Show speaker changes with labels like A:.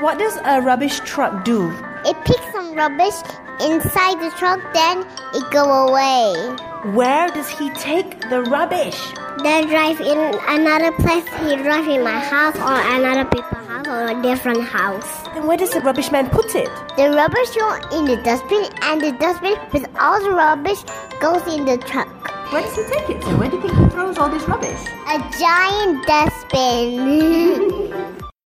A: What does a rubbish truck do?
B: It picks some rubbish inside the truck, then it go away.
A: Where does he take the rubbish?
B: Then drive in another place. He drive in my house or another people's house or a different house.
A: Then where does the rubbish man put it?
B: The rubbish go in the dustbin, and the dustbin with all the rubbish goes in the truck.
A: Where does he take it to? Where do you think he throws all this rubbish?
B: A giant dustbin.